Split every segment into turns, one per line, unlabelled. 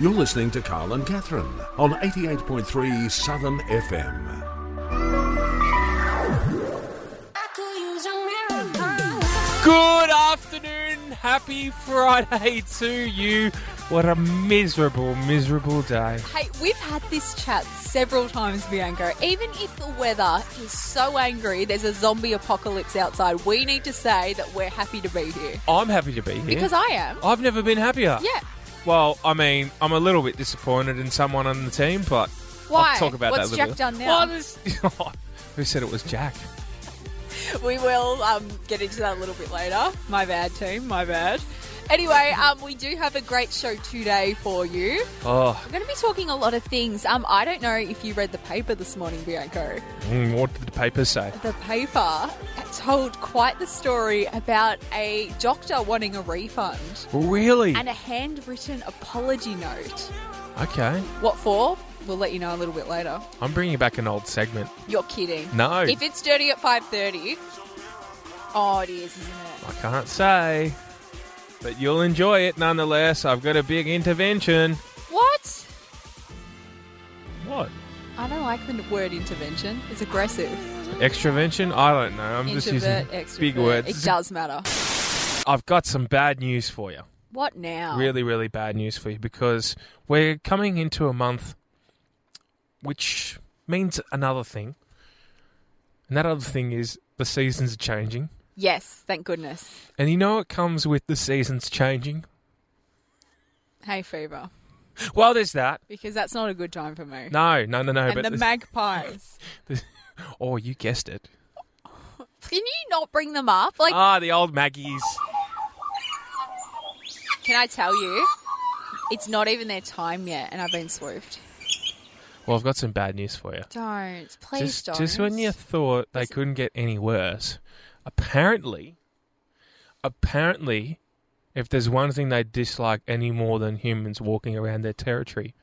You're listening to Carl and Catherine on 88.3 Southern FM.
I could use a miracle.
Good afternoon. Happy Friday to you. What a miserable, miserable day.
Hey, we've had this chat several times, Bianca. Even if the weather is so angry, there's a zombie apocalypse outside, we need to say that we're happy to be here.
I'm happy to be here.
Because I am.
I've never been happier.
Yeah.
Well, I mean, I'm a little bit disappointed in someone on the team, but
Why?
I'll talk about
What's
that
Jack
a little bit.
done now?
Well, this- Who said it was Jack?
We will um, get into that a little bit later. My bad, team. My bad. Anyway, um, we do have a great show today for you.
Oh,
We're going to be talking a lot of things. Um, I don't know if you read the paper this morning, Bianco.
mm, what did the papers say?
The paper told quite the story about a doctor wanting a refund.
Really?
and a handwritten apology note.
Okay.
What for? We'll let you know a little bit later.
I'm bringing back an old segment.
You're kidding.
No.
If it's dirty at 5:30, oh, it is, isn't it?
I can't say. But you'll enjoy it nonetheless. I've got a big intervention.
What?
What?
I don't like the word intervention. It's aggressive.
Extravention? I don't know. I'm just using
Introvert, extrovert.
big
It
words.
does matter.
I've got some bad news for you.
What now?
Really, really bad news for you because we're coming into a month which means another thing. And that other thing is the seasons are changing.
Yes. Thank goodness.
And you know what comes with the seasons changing?
Hay fever,
Well, there's that.
because that's not a good time for me.
No, no, no, no.
and
but
the
there's-
magpies.
oh, you guessed it.
Can you not bring them up? Like,
Ah, the old Maggie's.
can I tell you? It's not even their time yet, and I've been swooped.
Well, I've got some bad news for you.
Don't. Please
just,
don't.
Just when you thought they couldn't get any worse, apparently, apparently, if there's one thing they dislike any more than humans walking around their territory,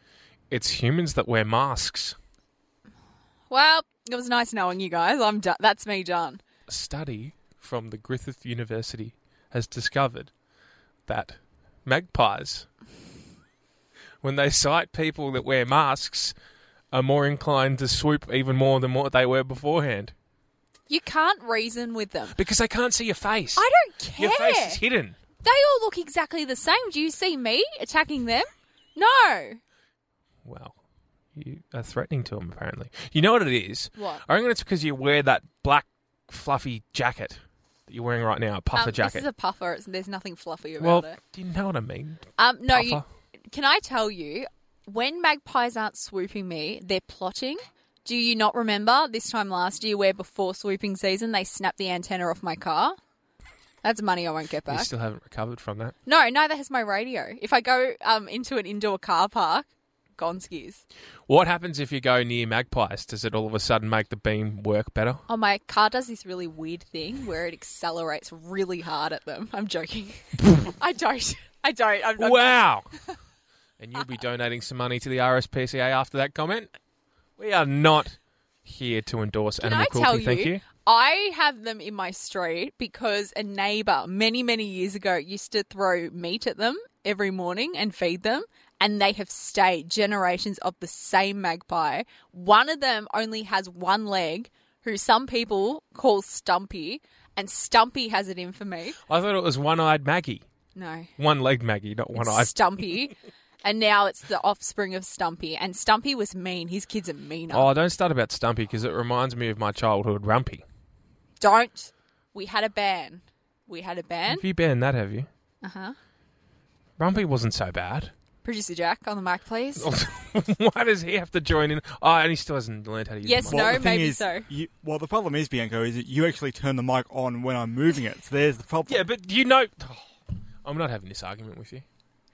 it's humans that wear masks.
Well, it was nice knowing you guys. I'm done. That's me done.
A study from the Griffith University has discovered that magpies, when they sight people that wear masks, are more inclined to swoop even more than what they were beforehand
You can't reason with them.
because they can't see your face.
I don't care.
Your face is hidden.
they all look exactly the same. Do you see me attacking them? No.
Well, you are threatening to him, apparently. You know what it is?
What?
I reckon it's because you wear that black, fluffy jacket that you're wearing right now, a puffer
Um,
jacket.
This is a puffer. It's, there's nothing fluffy about
well,
it.
do you know what I mean?
Um, no, you,
puffer.
can I tell you when magpies aren't swooping me, they're plotting. Do you not remember this time last year where before swooping season they snapped the antenna off my car? That's money I won't get
You
back.
still haven't recovered from that.
No, neither has my radio. If I go um, into an indoor car park, gone skis.
What happens if you go near magpies? Does it all of a sudden make the beam work better?
Oh, my car does this really weird thing where it accelerates really hard at them. I'm joking. I don't. I don't. I'm, I'm,
Wow! and you'll be donating some money to the RSPCA after that comment? We are not here to endorse
Can
animal
I
cruelty,
tell you,
thank you.
I have them in my street because a neighbor many, many years ago used to throw meat at them every morning and feed them. And they have stayed generations of the same magpie. One of them only has one leg, who some people call Stumpy, and Stumpy has it in for me.
I thought it was one eyed Maggie.
No,
One legged Maggie, not one eyed.
Stumpy. and now it's the offspring of Stumpy. And Stumpy was mean. His kids are meaner.
Oh, don't start about Stumpy because it reminds me of my childhood Rumpy.
Don't. We had a ban. We had a ban.
Have you been that, have you?
Uh huh.
Rumpy wasn't so bad.
Producer Jack on the mic, please.
Oh,
Why does he have to join in? Oh, and he still hasn't learned how to use
Yes,
the mic.
no,
the thing
maybe
is,
so.
You, well, the problem is, Bianco, is that you actually turn the mic on when I'm moving it. So there's the problem.
Yeah, but you know. Oh, I'm not having this argument with you.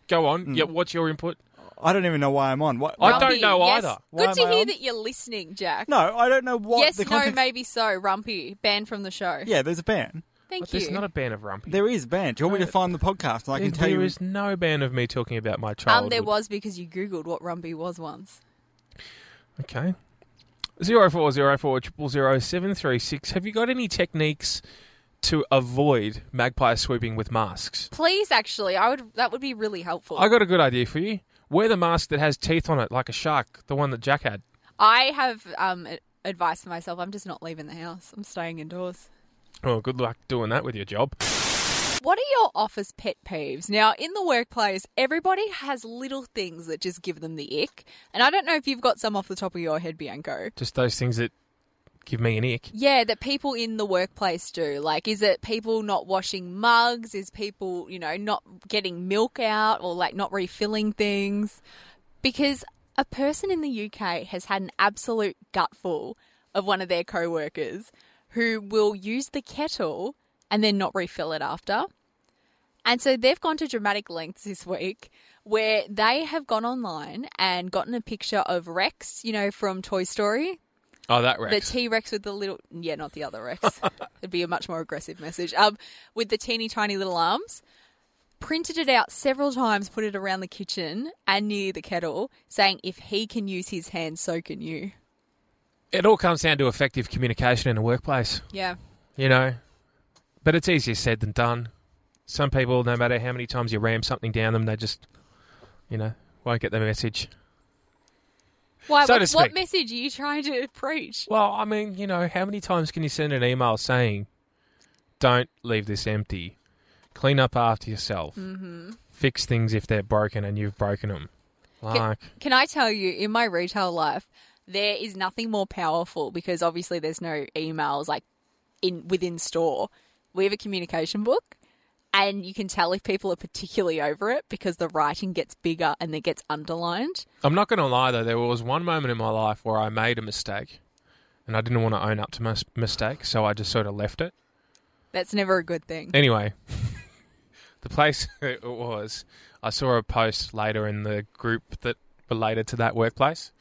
Go on.
Mm.
Yeah, what's your input?
I don't even know why I'm on. What?
I
Rumpy,
don't know
yes.
either.
Why
Good
am
to
I
hear
on?
that you're listening, Jack.
no, I don't know what
yes,
the
no,
context.
maybe so. Rumpy, banned from the show.
Yeah, there's a ban.
Thank
There's
you.
not a ban of Rumpy.
There is a ban. Do you want me to find the podcast and
Uh,
I can
There-
tell
there
you?
is no ban of me talking about my childhood.
um, there was because you googled what Rumpy was once.
Okay. Zero four zero four triple zero seven three six. Have you got any techniques to avoid magpie swooping with masks?
Please, actually, I would. That would be really helpful.
I got a good idea for you. Wear the mask that has teeth on it, like a shark, the one that Jack had.
I have um, a- advice for myself. I'm just not leaving the house. I'm staying indoors.
Oh, good luck doing that with your job.
What are your office pet peeves? Now, in the workplace, everybody has little things that just give them the ick. And I don't know if you've got some off the top of your head, Bianco.
Just those things that give me an ick.
Yeah, that people in the workplace do. Like, is it people not washing mugs? Is people, you know, not getting milk out or like not refilling things? Because a person in the UK has had an absolute gutful of one of their co workers who will use the kettle and then not refill it after. And so they've gone to dramatic lengths this week where they have gone online and gotten a picture of Rex, you know, from Toy Story,
Oh, that wreck.
the T Rex with the little, yeah, not the other Rex. It'd be a much more aggressive message. Um, with the teeny tiny little arms, printed it out several times, put it around the kitchen and near the kettle, saying, "If he can use his hands, so can you."
it all comes down to effective communication in the workplace,
Yeah,
you know. But it's easier said than done. Some people, no matter how many times you ram something down them, they just, you know, won't get the message.
why?
So
what,
to
what
speak.
message are you trying to preach?
Well, I mean, you know, how many times can you send an email saying, "Don't leave this empty. Clean up after yourself. Mm-hmm. Fix things if they're broken and you've broken them." Like,
Can I tell you, in my retail life, there is nothing more powerful because obviously there's no emails like in within store. We have a communication book, and you can tell if people are particularly over it because the writing gets bigger and it gets underlined.
I'm not going to lie though, there was one moment in my life where I made a mistake, and I didn't want to own up to my s- mistake, so I just sort of left it.
That's never a good thing.
Anyway, the place it was, I saw a post later in the group that related to that workplace,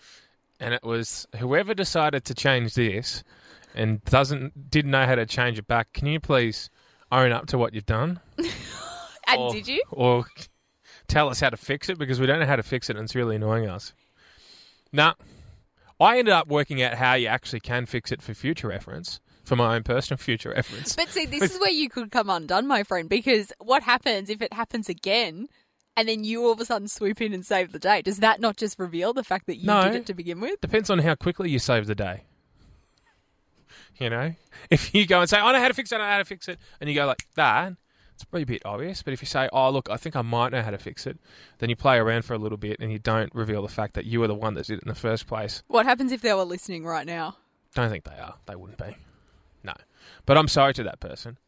and it was whoever decided to change this and doesn't didn't know how to change it back. Can you please own up to what you've done?
And
Or-
did you?
Or tell us how to fix it because we don't know how to fix it and it's really annoying us. Nah. I ended up working out how you actually can fix it for future reference, for my own personal future reference.
But see, this is where you could come undone, my friend, because what happens if it happens again? And then you all of a sudden swoop in and save the day. Does that not just reveal the fact that you
No.
did it to begin with?
Depends on how quickly you save the day. You know? If you go and say, I know how to fix it, I know how to fix it, and you go like that, it's probably a bit obvious. But if you say, oh, look, I think I might know how to fix it, then you play around for a little bit and you don't reveal the fact that you were the one that did it in the first place.
What happens if they were listening right now?
Don't think they are. They wouldn't be. No. But I'm sorry to that person.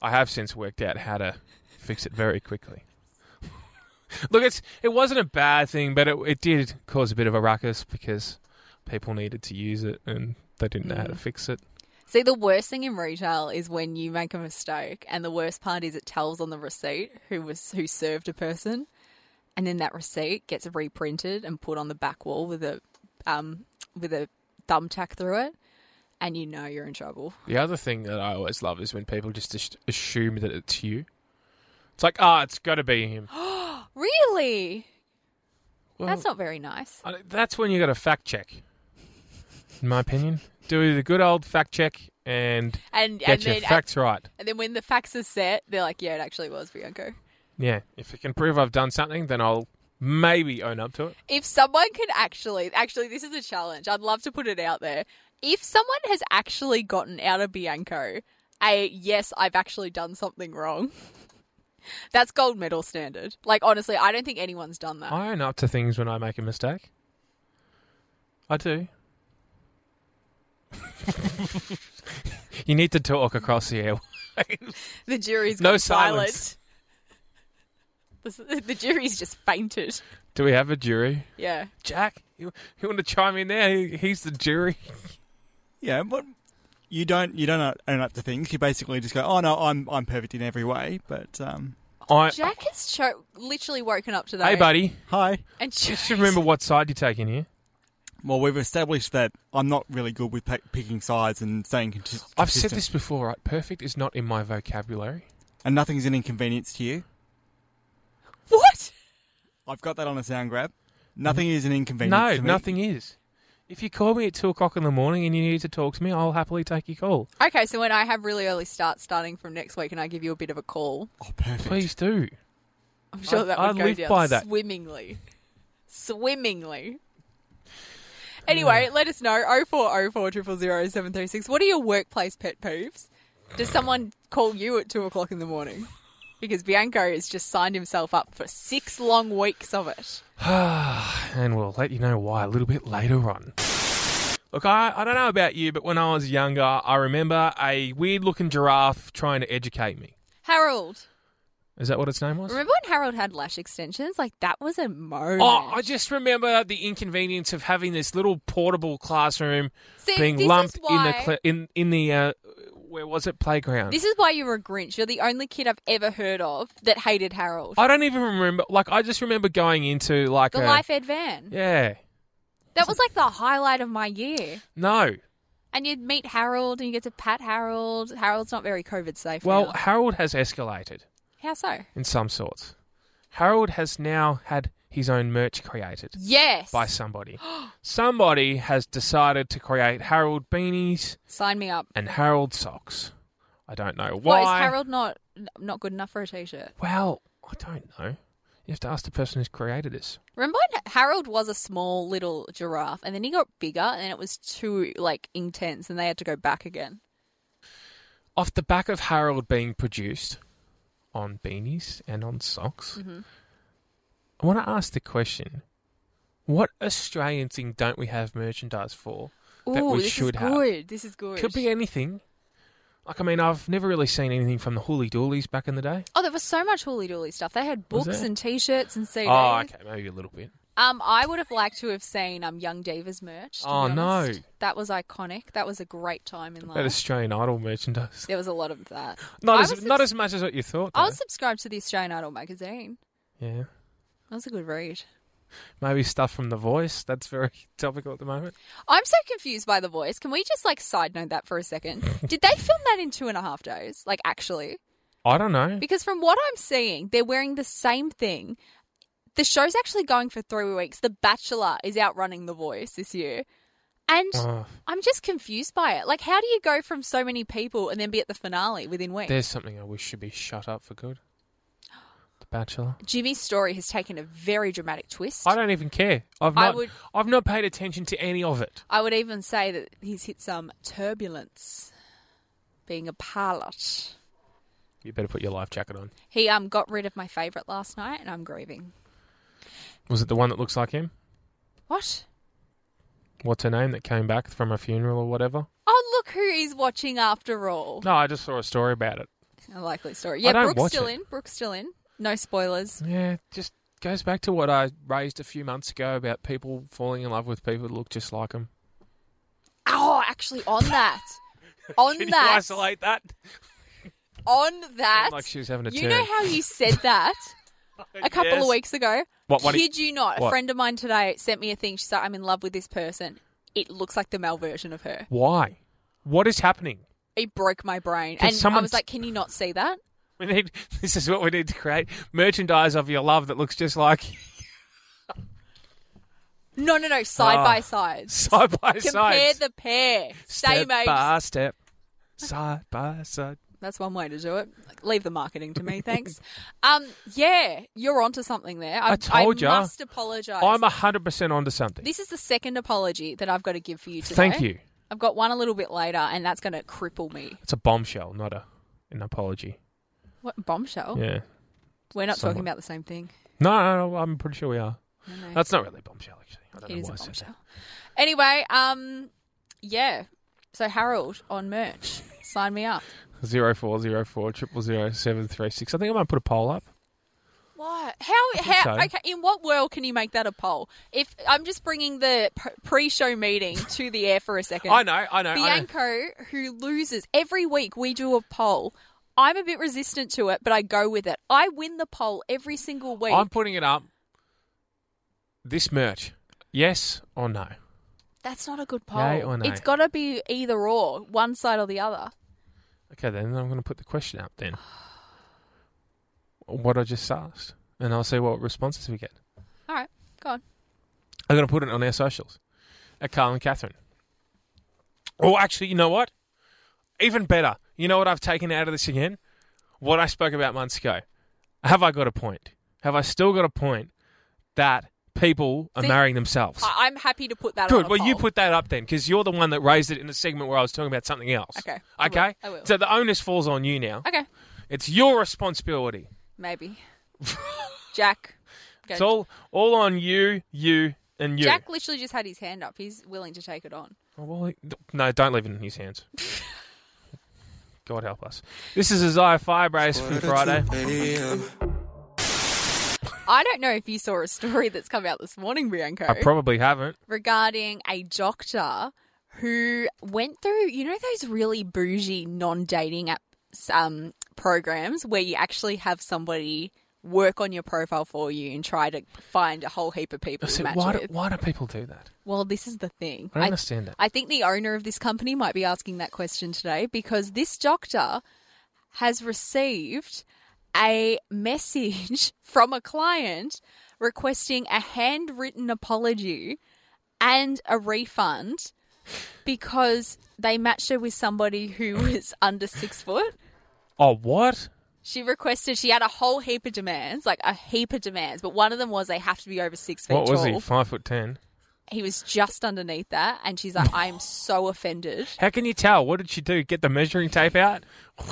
I have since worked out how to fix it very quickly. Look, it's it wasn't a bad thing, but it it did cause a bit of a ruckus because people needed to use it and they didn't know how to fix it.
See, the worst thing in retail is when you make a mistake, and the worst part is it tells on the receipt who was who served a person, and then that receipt gets reprinted and put on the back wall with a um, with a thumbtack through it, and you know you're in trouble.
The other thing that I always love is when people just as- assume that it's you. It's like, ah, it's got to be him.
Really,
Well,
that's not very nice.
I- That's when you got to fact check. In my opinion, do the good old fact check and
And
get
and
your
then
facts right.
and then when the facts are set, they're like, yeah, it actually was Bianco.
Yeah, if I can prove I've done something, then I'll maybe own up to it.
if someone can actually actually this is a challenge i'd love to put it out there if someone has actually gotten out of bianco a yes i've actually done something wrong that's gold medal standard like honestly i don't think anyone's done that
I own up to things when I make a mistake. I do. you need to talk across the air.
the jury's
No
gone
silence.
silent The- the jury's just fainted
Do we have a jury?
yeah
Jack, you, you want to chime in there? He- He's the jury.
Yeah, but you don't you don't own up to things. You basically just go, oh no, I'm I'm perfect in every way. But um,
I,
jack has cho- literally woken up today
Uh, hey, buddy.
hi.
and
You should remember what side you take in here.
Well, we've established that I'm not really good with pe- picking sides and staying conti- consistent.
I've said this before, right? Perfect is not in my vocabulary.
and nothing's an inconvenience to you.
what
I've got that on a sound grab. Nothing is an inconvenience.
Mm. No,
to me.
nothing is. If you call me at two o'clock in the morning and you need to talk to me, I'll happily take your call.
okay so when i have really early starts starting from next week and i give you a bit of a call
Oh, perfect.
Please do.
I'm sure
I-
that
I
would go
live
down
by that.
swimmingly. swimmingly. Anyway, let us know 0404 000 736. What are your workplace pet peeves? Does someone call you at two o'clock in the morning? Because Bianco has just signed himself up for six long weeks of it.
and we'll let you know why a little bit later on. Look, I, I don't know about you, but when I was younger, I remember a weird looking giraffe trying to educate me.
Harold.
Is that what its name was?
Remember when Harold had lash extensions? Like, that was a moment.
Oh, I just remember the inconvenience of having this little portable classroom
See,
being
this is
lumped in the
why-
cl- in in the uh, where was it playground?
This is why you're a Grinch. You're the only kid I've ever heard of that hated Harold.
I don't even remember. Like I just remember going into like
The
a
Life Ed van.
yeah
That was like the highlight of my year.
no.
And you'd meet Harold and you get to pat Harold. Harold's not very COVID safe.
Well,
now.
Harold has escalated
how so?
in some sorts. Harold has now had his own merch created.
Yes.
by somebody. somebody has decided to create Harold beanies
Sign me up.
and Harold socks. I don't know
Why
why.
is Harold not not good enough for a t-shirt?
Well, I don't know. You have to ask the person who's created this.
Remember when Harold was a small little giraffe, and then he got bigger, and it was too like intense, and they had to go back again.
Off the back of Harold being produced on beanies and on socks,
Mm-hmm.
I want to ask the question what Australian thing don't we have merchandise for that
Ooh,
we
this
should
is
have?
good. This is good.
Could be anything. Like, I mean, I've never really seen anything from the Hooly Doolies back in the day.
oh, there was so much hooly dooley stuff. They had
Was
books
there?
and t-shirts and CDs.
Oh, okay, maybe a little bit.
Um, I would have liked to have seen um Young Divas merch. to be
Oh, no.
honest. that was iconic. That was a great time in
That
life.
Australian Idol merchandise.
There was a lot of that.
Not
I
as
was
not
subs-
as much as what you thought.
I
though.
was subscribed to the Australian Idol magazine.
yeah,
That was a good read.
maybe stuff from The Voice. That's very topical at the moment.
I'm so confused by the voice. Can we just like side note that for a second? Did they film that in two and a half days? Like actually?
I don't know.
Because from what I'm seeing, they're wearing the same thing. The show's actually going for three weeks. The Bachelor is outrunning The Voice this year. And
Oh,
I'm just confused by it. Like, how do you go from so many people and then be at the finale within weeks?
there's something I wish should be shut up for good. The Bachelor.
Jimmy's story has taken a very dramatic twist.
I don't even care. I've
I
not.
would-
I've not paid attention to any of it.
I would even say that he's hit some turbulence being a pilot.
You better put your life jacket on.
He um got rid of my favourite last night, and I'm grieving.
Was it the one that looks like him?
What?
What's her name that came back from a funeral or whatever?
Oh, look who he's watching after all.
No, I just saw a story about it.
A likely story. Yeah,
don't
Brooke's
watch
still
it.
in. Brooke's still in. No spoilers.
Yeah, it just goes back to what I raised a few months ago about people falling in love with people that look just like them.
Oh, actually, on that, on
Can you
that,
isolate that?
on that.
like she was having a
you
turn.
know how you said that a couple of weeks ago.
What- what do you-
Kid you not? A
what?
friend of mine today sent me a thing. She's like, "I'm in love with this person. It looks like the male version of her."
Why? What is happening?
It broke my brain,
Can
and I
someone
was
t-
like, "Can you not see that?"
We need this is what we need to create merchandise of your love that looks just like you,
No, no, no. Side
Ah.
by side.
side by
Compare
side.
the pair.
step
Same age.
by step, side by side.
That's one way to do it. Leave the marketing to me, thanks. um, yeah, you're onto something there. I,
I told
I
ya.
must apologise.
I'm hundred percent onto something.
this is the second apology that I've got to give for you today.
Thank you.
I've got one a little bit later, and that's going to cripple me.
It's a bombshell, not a an apology.
What bombshell?
Yeah.
We're not talking
Somewhat.
about the same thing.
No, no, no, I'm pretty sure we are.
No, no.
That's not really a bombshell, actually. I don't
it
know
is
why
a
I said that.
bombshell. Anyway, um, yeah. So Harold on merch, sign me up.
Zero four zero four triple zero seven three six. I think I might put a poll up.
What? How?
think
How?
so.
Okay. In what world can you make that a poll? If I'm just bringing the p- pre-show meeting to the air for a second.
I know, I know, I know.
Bianco, who loses every week, we do a poll. I'm a bit resistant to it, but I go with it. I win the poll every single week.
I'm putting it up. This merch, yes or no?
That's not a good poll.
Yay or nay?
It's got to be either or, one side or the other.
Okay, then I'm going to put the question up then. What I just asked, and I'll see what responses we get.
All right, go on.
I'm going to put it on our socials at Carl and Catherine. Oh, actually, you know what? Even better. You know what I've taken out of this again? What I spoke about months ago. Have I got a point? Have I still got a point that people are
See,
marrying themselves.
I- I'm happy to put that. on
Good.
a
Well, you
poll.
put that up then, because you're the one that raised it in a segment where I was talking about something else.
Okay, I will,
Okay.
I will.
So the onus falls on you now.
Okay,
It's your responsibility.
maybe. Jack. go.
It's all all on you, you, and you.
Jack literally just had his hand up. He's willing to take it on.
Oh, well, he- no, don't leave it in his hands. God help us. This is Isaiah Firebrace from Friday.
I don't know if you saw a story that's come out this morning, Bianco.
I probably haven't.
regarding a doctor who went through, you know, those really bougie non dating app um, programs where you actually have somebody work on your profile for you and try to find a whole heap of people to
So
match
why, do,
with.
why do people do that?
Well, this is the thing.
I don't understand that.
I think the owner of this company might be asking that question today because this doctor has received a message from a client requesting a handwritten apology and a refund because they matched her with somebody who was under six foot.
Oh, what?
She requested, she had a whole heap of demands, like a heap of demands, but one of them was they have to be over six feet
What was
tall
he? Five foot ten.
he was just underneath that and she's like i'm so offended
How can you tell? What did she do? Get the measuring tape out?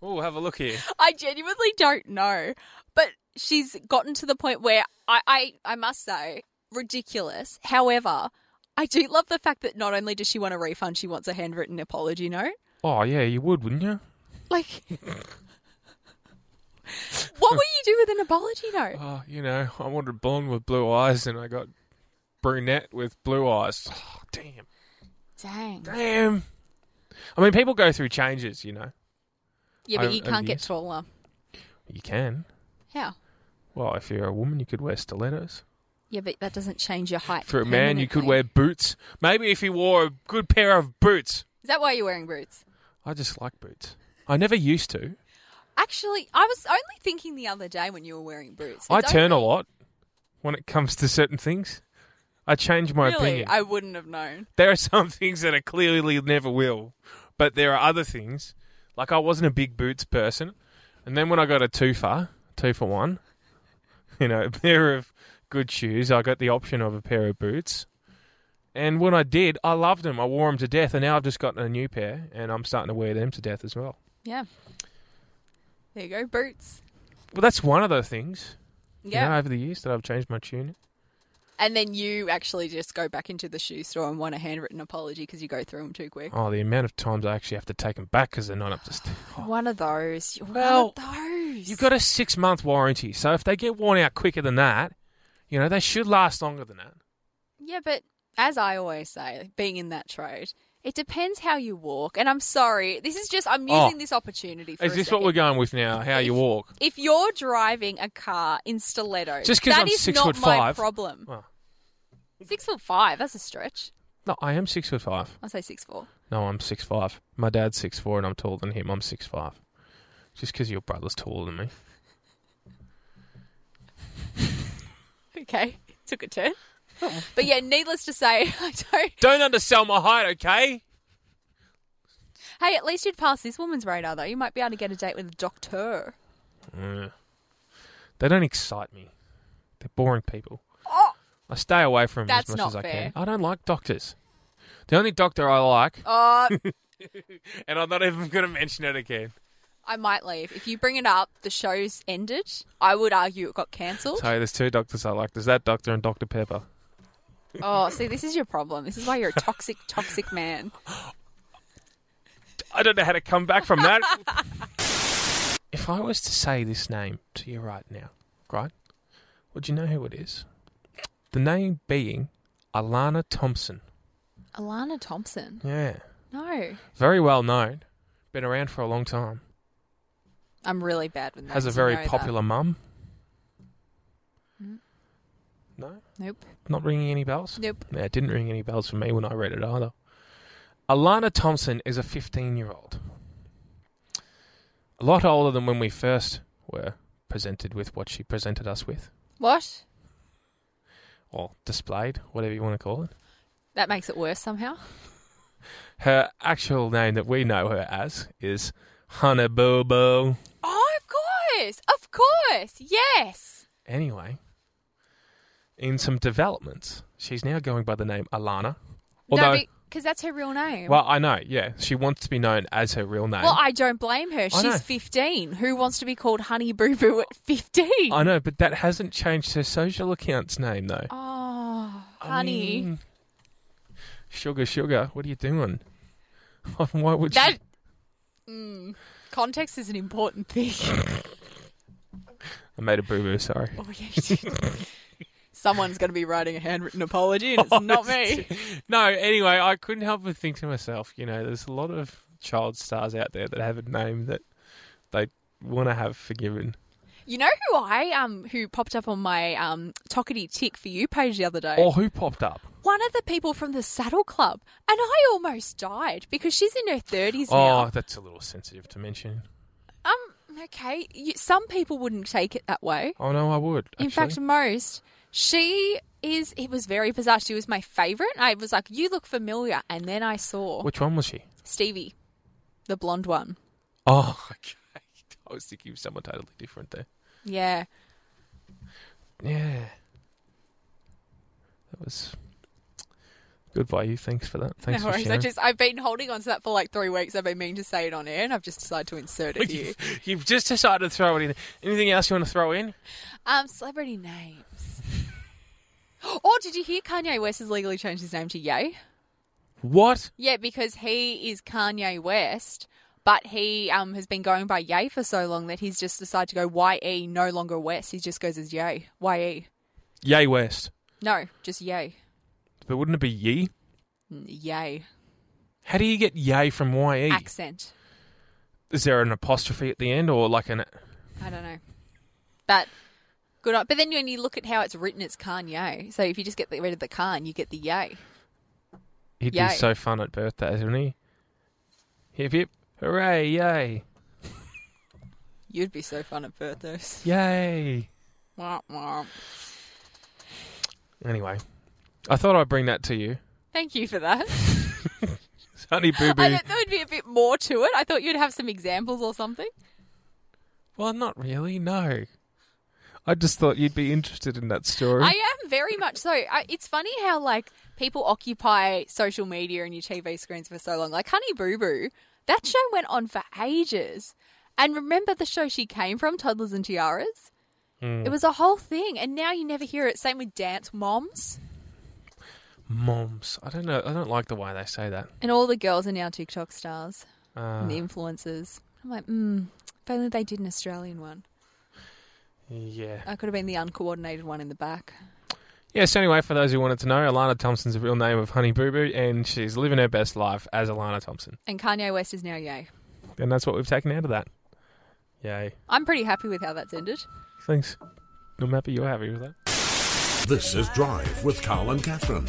Oh, have a look here.
i genuinely don't know but she's gotten to the point where i i, I must say ridiculous however I do love the fact that not only does she want a refund, she wants a handwritten apology note.
Oh yeah, you would, wouldn't you?
Like, what will you do with an apology note?
Oh, you know, I wanted blonde with blue eyes, and I got brunette with blue eyes. Oh, damn,
Dang.
damn. I mean, people go through changes, you know.
Yeah, but
I-
you
over
can't
the
get
years.
taller.
You can.
How?
Well, if you're a woman, you could wear stilettos.
Yeah, but that doesn't change your height.
For a man, you could
permanently.
wear boots. Maybe if you wore a good pair of boots.
Is that why you're wearing boots?
I just like boots. I never used to.
Actually, I was only thinking the other day when you were wearing boots.
I
It's
turn a
only-
lot when it comes to certain things. I change my
really,
opinion.
I wouldn't have known.
there are some things that I clearly never will, but there are other things. Like I wasn't a big boots person, and then when I got a two for two for one, you know, a pair of good shoes, I got the option of a pair of boots. And when I did, I loved them. I wore them to death, and now I've just gotten a new pair, and I'm starting to wear them to death as well.
Yeah. There you go, boots.
Well, that's one of the things. you
Yeah.
know, over the years that I've changed my tune.
And then you actually just go back into the shoe store and want a handwritten apology because you go through them too quick.
Oh, the amount of times I actually have to take them back because they're not up to st-
One of those. You're
Oh. Well,
one of those.
You've got a six month warranty, so if they get worn out quicker than that, you know, they should last longer than that.
Yeah, but as I always say, being in that trade, it depends how you walk. And I'm sorry, this is just I'm
Oh.
using this opportunity. For
Is
a
this what we're
second.
going with now? How you
If-
walk?
If you're driving a car in stilettos,
Just 'cause
that
I'm
is
six
not
foot
my
five.
problem.
Oh.
Six foot five, that's a stretch.
No, I am six foot five.
I'll say six four.
No, I'm six five. My dad's six four, and I'm taller than him. I'm six five. Just because your brother's taller than me.
Okay, took a turn. But yeah, needless to say, I don't.
Don't undersell my height, okay?
Hey, at least you'd pass this woman's radar though. You might be able to get a date with a doctor.
Mm. They don't excite me. They're boring people.
Oh,
I stay away from them
That's
as much
not
as I
fair.
can. I don't like doctors. The only doctor I like,
uh,
and I'm not even going to mention it again.
I might leave if you bring it up. The show's ended. I would argue it got cancelled.
So there's two doctors I like. There's that doctor and Dr Pepper.
Oh, see, this is your problem. This is why you're a toxic, toxic man.
I don't know how to come back from that. if I was to say this name to you right now, right, would you know who it is? The name being Alana Thompson.
Alana Thompson.
Yeah.
No,
Very well known. Been around for a long time.
I'm really bad with names.
Has a
you
very
know that. Mm.
popular mum. No?
Nope.
Not ringing any bells?
Nope.
No, it didn't ring any bells for me when I read it either. Alana Thompson is a 15 year old. A lot older than when we first were presented with what she presented us with,
What?
or displayed, whatever you want to call it.
That makes it worse somehow.
Her actual name that we know her as is Hannah Bobo.
Oh, of course, of course, yes.
Anyway, in some developments, she's now going by the name Alana.
no,
Although,
because that's her real name.
well, I know, yeah, she wants to be known as her real name.
Well, I don't blame her. She's
know.
15. Who wants to be called Honey Boo Boo at 15?
I know, but that hasn't changed her social account's name though.
Oh,
I
honey.
mean, sugar, sugar, what are you doing? Why would
that
she?
Mm. context is an important thing.
I made a boo boo. Sorry.
oh, yeah, you did. Someone's going to be writing a handwritten apology,
Oh,
and it's not me.
No, anyway, I couldn't help but think to myself, you know, there's a lot of child stars out there that have a name that they want to have forgiven.
You know who I um who popped up on my um Tockety Tick for You page the other day?
Or who popped up?
One of the people from the Saddle Club, and I almost died because she's in her thirties
Oh,
now.
that's a little sensitive to mention.
Um, okay, you, some people wouldn't take it that way.
Oh no, I would.
In
actually.
fact, most. She is. It was very bizarre. She was my favorite. I was like, "You look familiar," and then I saw
which one was she?
Stevie, the blonde one.
Oh, okay. I was thinking of someone totally different there.
Yeah.
Yeah. That was good by you. Thanks for that. Thanks
no
for
worries. I
sharing.
just I've been holding on to that for like three weeks. I've been meaning to say it on air, and I've just decided to insert it here.
You've, you've just decided to throw it in. Anything else you want to throw in?
Um, celebrity names. oh, did you hear Kanye West has legally changed his name to Ye?
What?
Yeah, because he is Kanye West, but he um has been going by Ye for so long that he's just decided to go Ye, no longer West. He just goes as Ye, Ye.
Yay West.
No, just Ye,
But wouldn't it be Ye?
Mm, Ye
How do you get Yay from YE?
accent.
Is there an apostrophe at the end or like an.
I don't know, but good. on- But then when you look at how it's written, it's Kanye. So if you just get rid of the Khan, you get the Ye.
He'd
Yay.
be so fun at birthdays, wouldn't he? Hip hip. Hooray. Yay.
You'd be so fun at birthdays.
Yay.
Wah, wah.
Anyway, I thought I'd bring that to you.
Thank you for that.
Honey Boo
I
Boo.
thought there would be a bit more to it. I thought you'd have some examples or something.
Well, not really, no. I just thought you'd be interested in that story.
I am very much so. I, it's funny how like people occupy social media and your TV screens for so long. Like Honey Boo Boo, that show went on for ages. And remember the show she came from, Toddlers and Tiaras? It was a whole thing, and now you never hear it. Same with Dance Moms,
Moms. I don't know. I don't like the way they say that.
and all the girls are now TikTok stars
Uh,
and influencers. I'm like, mm, if only they did an Australian one.
yeah.
I could have been the uncoordinated one in the back.
Yeah, so anyway, for those who wanted to know, Alana Thompson's the real name of Honey Boo Boo, and she's living her best life as Alana Thompson.
And Kanye West is now yay.
And that's what we've taken out of that. Yay.
I'm pretty happy with how that's ended.
Thanks. I'm happy you're happy with that.
This is Drive with Carl and Catherine.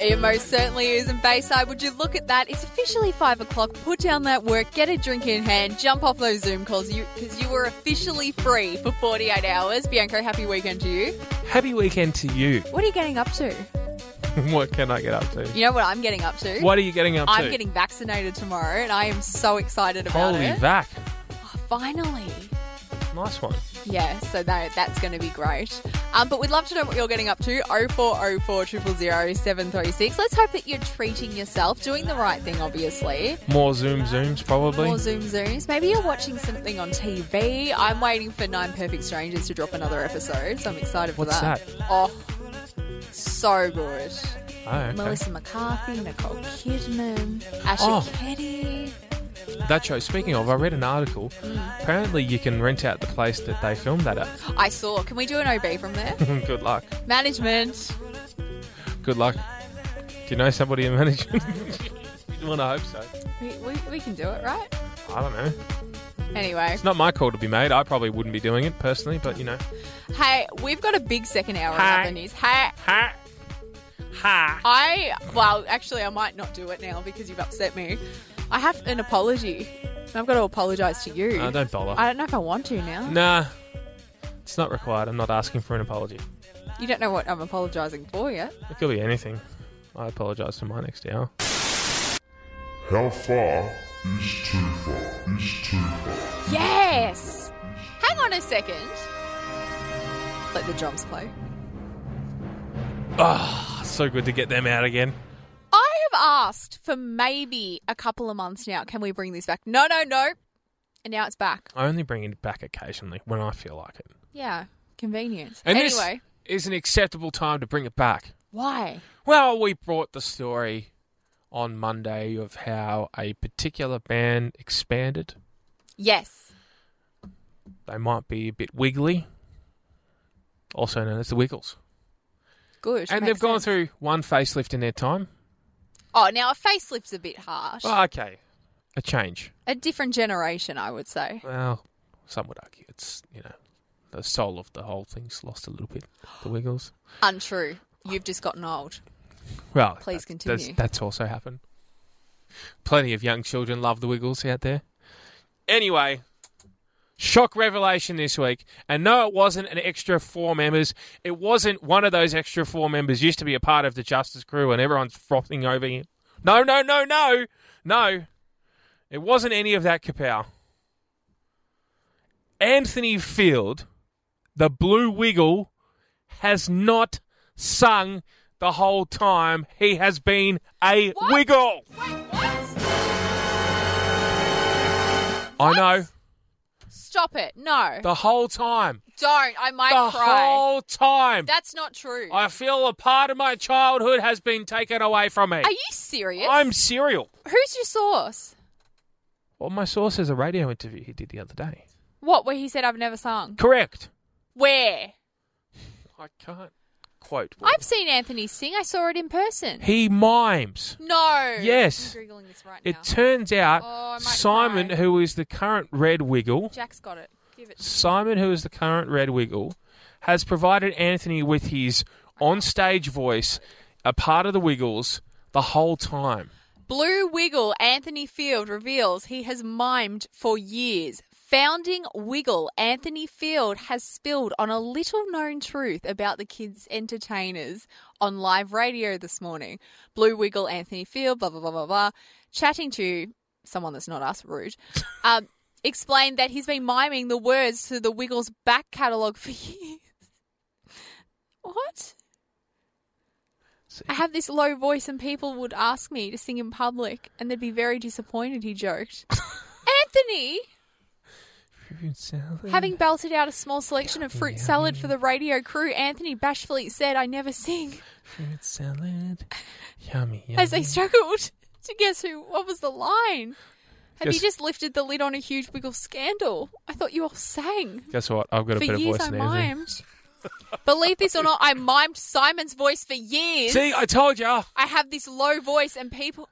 It most certainly is in Bayside. Would you look at that? It's officially five o'clock. Put down that work, get a drink in hand, jump off those Zoom calls because you, were officially free for 48 hours. Bianco, happy weekend to you.
Happy weekend to you.
What are you getting up to?
what can I get up to?
You know what I'm getting up to?
What are you getting up to?
I'm getting vaccinated tomorrow and I am so excited about
Holy
it.
vac.
Oh, finally.
Nice one.
Yeah, so that, that's going to be great. Um, but we'd love to know what you're getting up to. 0404 000 736. Let's hope that you're treating yourself, doing the right thing, obviously.
More Zoom Zooms, probably.
More Zoom Zooms. Maybe you're watching something on TV. I'm waiting for Nine Perfect Strangers to drop another episode, so I'm excited for
What's
Oh, so good.
Oh, okay.
Melissa McCarthy, Nicole Kidman, Asha
Oh.
Ketty.
That show, speaking of, I read an article. Apparently, you can rent out the place that they filmed that at.
I saw. Can we do an OB from there?
Good luck.
Management.
Good luck. Do you know somebody in management? you want to hope so.
We, we, we can do it, right?
I don't know.
Anyway,
It's not my call to be made. I probably wouldn't be doing it personally, but you know.
hey, we've got a big second hour
Hi.
of the news. Hey,
Ha! Ha!
I well, actually, I might not do it now because you've upset me. I have an apology. I've got to apologise to you.
Uh, don't bother.
I don't know if I want to now.
Nah. It's not required. I'm not asking for an apology.
You don't know what I'm apologising for yet.
It could be anything. I apologise for my next hour.
How far is too far? Is too far?
Yes! Hang on a second. Let the drums play.
Ah, So good to get them out again.
I have asked for maybe a couple of months now. Can we bring this back? No, no, no. And now it's back.
I only bring it back occasionally when I feel like it.
Yeah, convenient.
And
anyway,
this is an acceptable time to bring it back.
why?
Well, we brought the story on Monday of how a particular band expanded.
Yes.
They might be a bit wiggly, also known as the Wiggles.
Good.
and they've
makes
gone
sense.
through one facelift in their time.
Oh, now a facelift's a bit harsh.
Oh, okay. A change.
a different generation, I would say.
Well, some would argue it's, you know, the soul of the whole thing's lost a little bit, the Wiggles.
Untrue. You've just gotten old.
Well,
Please
that-
continue.
That's, that's also happened. Plenty of young children love the Wiggles out there. Anyway, shock revelation this week. And no, it wasn't an extra four members. It wasn't one of those extra four members used to be a part of the Justice crew and everyone's frothing over him. No, no, no, no. No. It wasn't any of that kapow. Anthony Field, the Blue Wiggle, has not sung the whole time. He has been a
What?
wiggle.
Wait, what?
I know.
Stop it. No.
The whole time.
Don't. I might
the
cry.
whole time.
That's not true.
I feel a part of my childhood has been taken away from me.
Are you serious?
I'm serial.
Who's your source?
Well, my source is a radio interview he did the other day.
What, where he said I've never sung?
Correct.
Where?
I can't quote. what-
I've seen Anthony sing. I saw it in person.
he mimes.
No.
Yes.
I'm Googling this right now.
It turns out
Oh, I might
Simon,
cry.
who is the current Red Wiggle,
Jack's got it. Give it.
Simon, who is the current Red Wiggle, has provided Anthony with his on-stage voice, a part of the Wiggles, the whole time.
Blue Wiggle Anthony Field reveals he has mimed for years. Founding Wiggle Anthony Field has spilled on a little known truth about the kids' entertainers on live radio this morning. Blue Wiggle Anthony Field, blah, blah, blah, blah, blah, chatting to someone that's not us, rude, um, explained that he's been miming the words to the Wiggles' back catalogue for years. What? I have this low voice, and people would ask me to sing in public, and they'd be very disappointed, he joked. Anthony,
Mm.
having belted out a small selection of fruit salad for the radio crew, Anthony bashfully said, I never sing,
Fruit salad. Yummy, yummy.
as they struggled to guess who, what was the line. Have you
Guess-
just lifted the lid on a huge wiggle scandal? I thought you all sang.
Guess what? I've got a
For
better
years
voice
I
than Anthony.
mimed. Believe this or not, I mimed Simon's voice for years.
See, I told you.
I have this low voice, and people.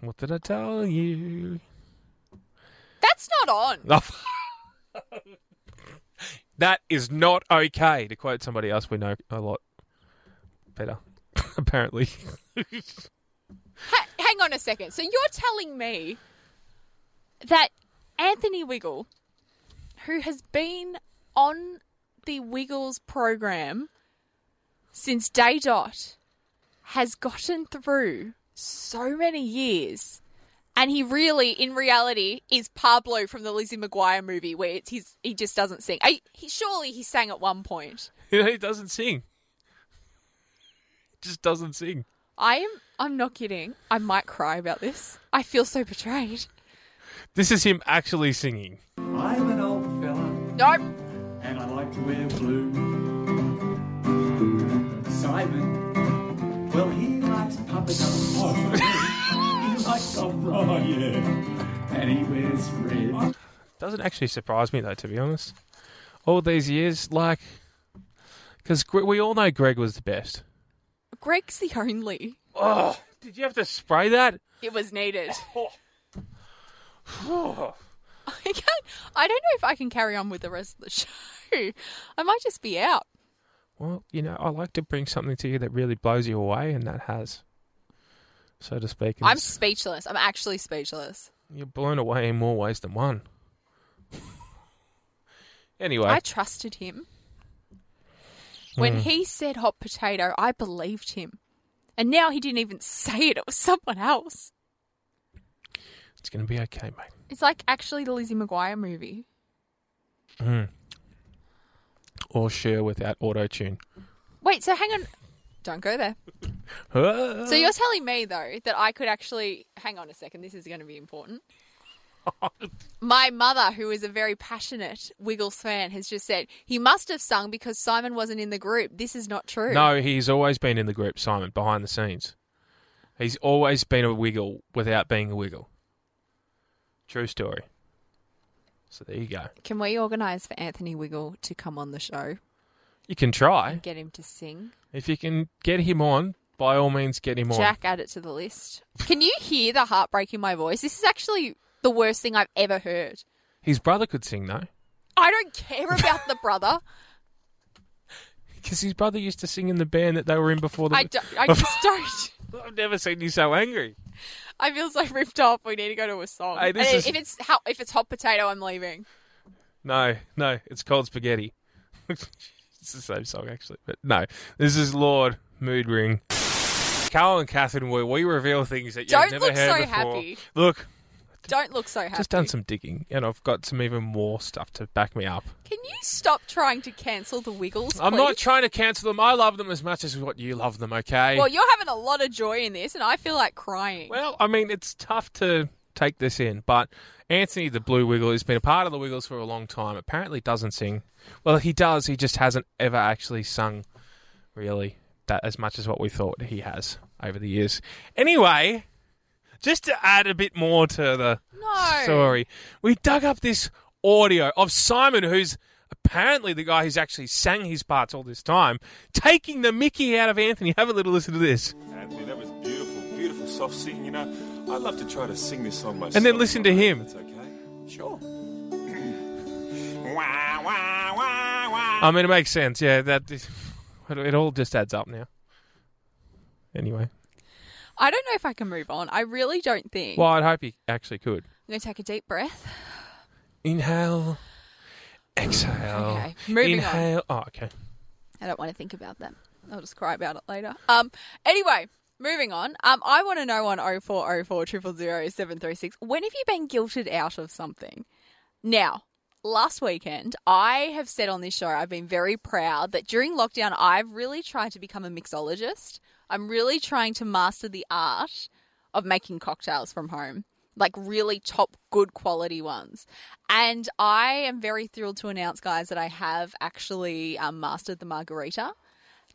What did I tell you?
That's not on.
that is not okay. To quote somebody else we know a lot better, apparently.
Ha- hang on a second. So you're telling me that Anthony Wiggle, who has been on the Wiggles program since day dot, has gotten through so many years. And he really, in reality, is Pablo from the Lizzie McGuire movie, where it's his, he just doesn't sing. I, he, surely he sang at one point.
he doesn't sing. Just doesn't sing.
I am, I'm not kidding. I might cry about this. I feel so betrayed.
This is him actually singing.
I'm an old fella
Nope.
and I like to wear blue. Simon, well, he likes puppet Oh, he likes oh, yeah. And he wears red.
Doesn't actually surprise me though, to be honest. All these years, like, because we all know Greg was the best.
Greg's the only.
Oh, did you have to spray that?
It was needed. I can't. I don't know if I can carry on with the rest of the show. I might just be out.
Well, you know, I like to bring something to you that really blows you away, and that has, so to speak. and
I'm
it's-
speechless. I'm actually speechless.
you're blown away in more ways than one. anyway,
I trusted him. When he said hot potato, I believed him. And now he didn't even say it. It was someone else.
it's going to be okay, mate.
It's like actually the Lizzie McGuire movie.
Or share without auto tune.
Wait, so hang on. Don't go there. So you're telling me though that I could actually hang on a second. This is going to be important. My mother, who is a very passionate Wiggles fan, has just said he must have sung because Simon wasn't in the group. This is not true.
No, he's always been in the group, Simon, behind the scenes. He's always been a wiggle without being a wiggle. True story. So there you go.
Can we organise for Anthony Wiggle to come on the show
You can try.
and get him to sing?
If you can get him on, by all means, get him on.
Jack, add it to the list. Can you hear the heartbreak in my voice? This is actually the worst thing I've ever heard.
His brother could sing, though,
I don't care about the brother.
because his brother used to sing in the band that they were in before the.
I, do, I just don't.
have never seen you so angry.
I feel so ripped off. We need to go to a song.
Hey, this
And
is-
If it's how, if it's hot potato, I'm leaving.
No, no, it's cold spaghetti. it's the same song, actually. But no, this is Lord Mood Ring. Carl and Catherine, where we reveal things that you've
Don't
never
look
heard
so
before.
happy.
Look,
Don't look so happy.
just done some digging, and I've got some even more stuff to back me up.
Can you stop trying to cancel the Wiggles?
I'm not
please?
trying to cancel them. I love them as much as what you love them. Okay.
Well, you're having a lot of joy in this, and I feel like crying.
Well, I mean, it's tough to take this in, but Anthony the Blue Wiggle has been a part of the Wiggles for a long time. Apparently, doesn't sing. Well, he does. He just hasn't ever actually sung really that as much as what we thought he has over the years. Anyway, just to add a bit more to the
No.
story, we dug up this audio of Simon, who's apparently the guy who's actually sang his parts all this time, taking the Mickey out of Anthony. Have a little listen to this,
Anthony, that was beautiful, beautiful soft singing. You know, I love to try to sing this song myself.
and then listen to him.
It's okay. Sure. wah, wah, wah, wah.
I mean, it makes sense. Yeah, that it, it all just adds up now. Anyway,
I don't know if I can move on. I really don't think.
well, I'd hope you actually could
I'm going to take a deep breath.
inhale, exhale.
Okay, moving on.
inhale. Oh, okay.
I don't want to think about that. I'll just cry about it later. Um. Anyway, moving on. Um. I want to know on oh four oh four triple zero seven three six. When have you been guilted out of something? Now, last weekend, I have said on this show I've been very proud that during lockdown I've really tried to become a mixologist. I'm really trying to master the art of making cocktails from home. Like really top good quality ones. And I am very thrilled to announce, guys, that I have actually um, mastered the margarita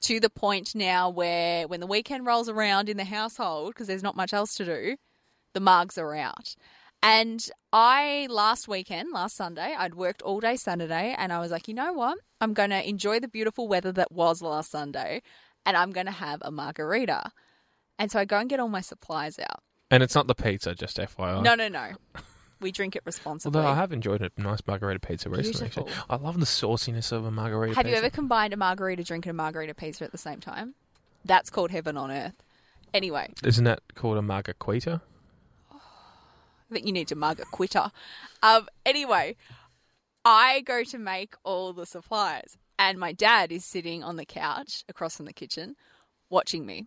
to the point now where when the weekend rolls around in the household, because there's not much else to do, the margs are out. And I last weekend, last Sunday, I'd worked all day Saturday and I was like, you know what? I'm going to enjoy the beautiful weather that was last Sunday and I'm going to have a margarita. And so I go and get all my supplies out.
And it's not the pizza, just FYI.
No, no, no. We drink it responsibly.
Although I have enjoyed a nice margarita pizza recently. Actually.
Beautiful.
I love the sauciness of a margarita.
Have you
pizza.
ever combined a margarita drink and a margarita pizza at the same time? That's called heaven on earth. Anyway,
Isn't that called a margarita?
I think you need to mug a quitter. Um, anyway, I go to make all the supplies, and my dad is sitting on the couch across from the kitchen watching me.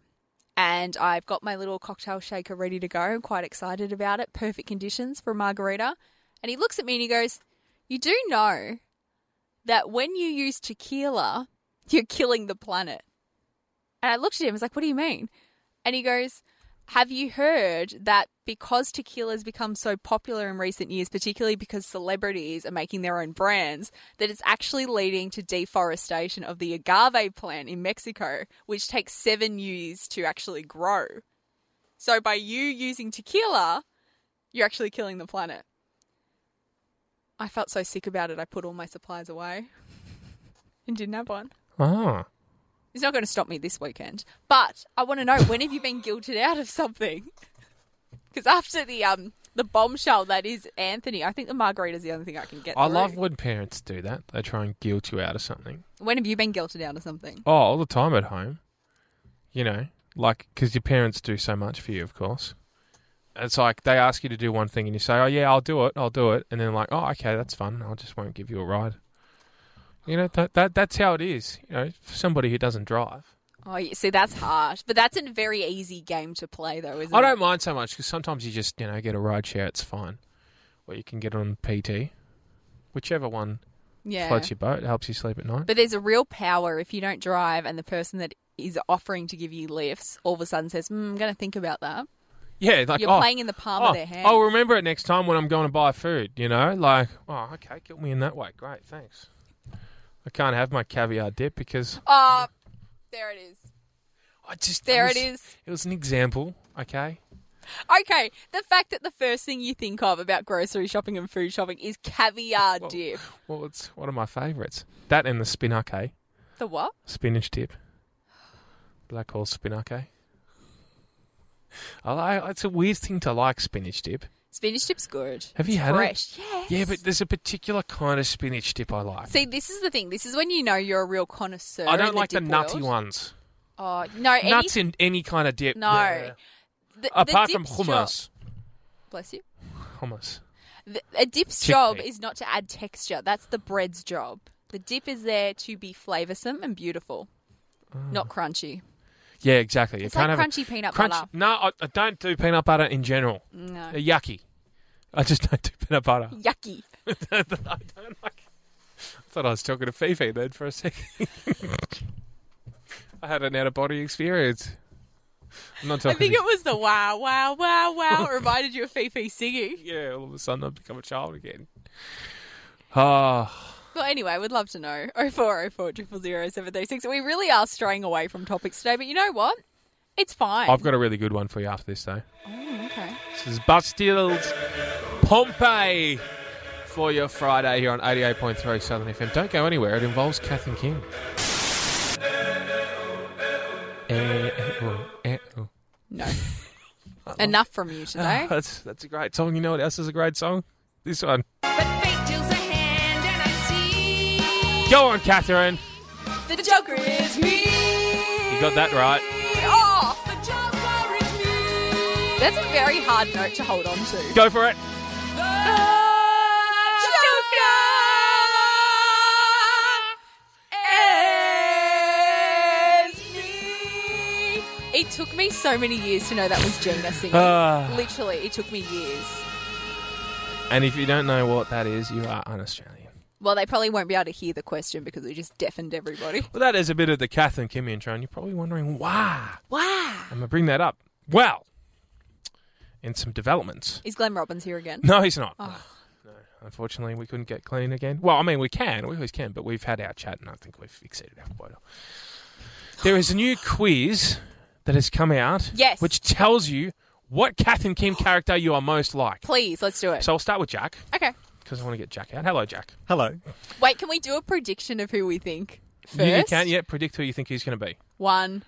And I've got my little cocktail shaker ready to go. I'm quite excited about it. Perfect conditions for a margarita. And he looks at me and he goes, You do know that when you use tequila, you're killing the planet. And I looked at him, I was like, What do you mean? And he goes, Have you heard that because tequila has become so popular in recent years, particularly because celebrities are making their own brands, that it's actually leading to deforestation of the agave plant in Mexico, which takes seven years to actually grow? So by you using tequila, you're actually killing the planet. I felt so sick about it, I put all my supplies away and didn't have one.
Ah.
It's not going to stop me this weekend. But I want to know when have you been guilted out of something? Because after the um the bombshell that is Anthony, I think the margarita's the only thing I can get.
I
through.
love when parents do that. They try and guilt you out of something.
When have you been guilted out of something?
Oh, all the time at home. You know, like because your parents do so much for you, of course. And It's like they ask you to do one thing, and you say, "Oh yeah, I'll do it, I'll do it," and then like, "Oh okay, that's fun. I just won't give you a ride." You know that that that's how it is. You know, for somebody who doesn't drive,
Oh, you see, that's harsh, but that's a very easy game to play, though, isn't
I
it?
don't mind so much because sometimes you just you know get a ride share, it's fine, or you can get on PT, whichever one
Yeah.
Floats your boat, helps you sleep at night.
But there's a real power if you don't drive and the person that is offering to give you lifts all of a sudden says, mm, I'm going to think about that.
yeah, like
You're
oh,
playing in the palm
oh,
of their hand.
I'll remember it next time when I'm going to buy food. You know, like oh, okay, guilt me in that way. Great, thanks. I can't have my caviar dip because
Oh, there it is.
I just
There
it
it
was-
is.
It was an example, okay?
Okay, the fact that the first thing you think of about grocery shopping and food shopping is caviar dip.
Well, it's one of my favourites. That and the spinach, eh?
The what?
spinach dip. Black hole spinach. eh? I like, it's a weird thing to like spinach dip.
Spinach dip's good.
Have you
It's
had
fresh.
it?
Yes.
Yeah, but there's a particular kind of spinach dip I like.
See, this is the thing. This is when you know you're a real connoisseur.
I don't
in
like the,
dip
nutty
world.
ones.
Oh no, any,
Nuts in any kind of dip.
No.
yeah.
the- the
Apart from
dip's Job,
hummus.
bless you.
Hummus.
The- a dip's job
Chickpea.
is not to add texture. That's the bread's job. The dip is there to be flavoursome and beautiful, not crunchy.
Yeah, exactly. You
It's
Oh. can't
like
have a-
crunchy peanut
Crunch- Mm, uh,
butter.
No, I, I don't do peanut butter in general.
No.
They're yucky. I just don't do peanut butter.
Yucky.
I don't like. I thought I was talking to Fifi then for a second. I had an out of body experience. I'm not
I
talking.
think
to-
it was the wow, wow, wow, wow. It reminded you of Fifi singing.
Yeah, all of a sudden I've become a child again. Ah,
Well, anyway, we'd love to know. 0404 000 736. We really are straying away from topics today, but you know what? It's fine.
I've got a really good one for you after this, though.
Mm, okay.
This is Bastille's Pompeii for your Friday here on 88.3 Southern FM. Don't go anywhere, it involves Kath and King. Eh, eh, oh, eh, oh. Ah,
No. Enough from you today.
That's that's a great song. You know what else is a great song? This one. Go on, Catherine.
the Joker is me.
You got that right.
Oh, the Joker is me. That's a very hard note to hold on to.
Go for it.
It took me so many years to know that was Gina singing.
Ah.
Literally, it took me years.
And if you don't know what that is, you are un-Australian.
Well, they probably won't be able to hear the question because we just deafened everybody.
Well, that is a bit of the Kath and Kim intro, and you're probably wondering why.
Wow.
I'm gonna bring that up. Well, in some developments.
Is Glenn Robbins here again?
No, he's not.
Oh.
No, no. unfortunately, we couldn't get clean again. Well, I mean, we can. We always can, but we've had our chat, and I think we've exceeded our quota. There is a new quiz that has come out.
Yes.
Which tells you what Kath and Kim character you are most like.
Please, let's do it.
So I'll start with Jack
okay.
because I want to get Jack out. Hello, Jack.
Hello.
Wait, can we do a prediction of who we think
You-
first?
You can yeah predict who you think he's going to be.
One,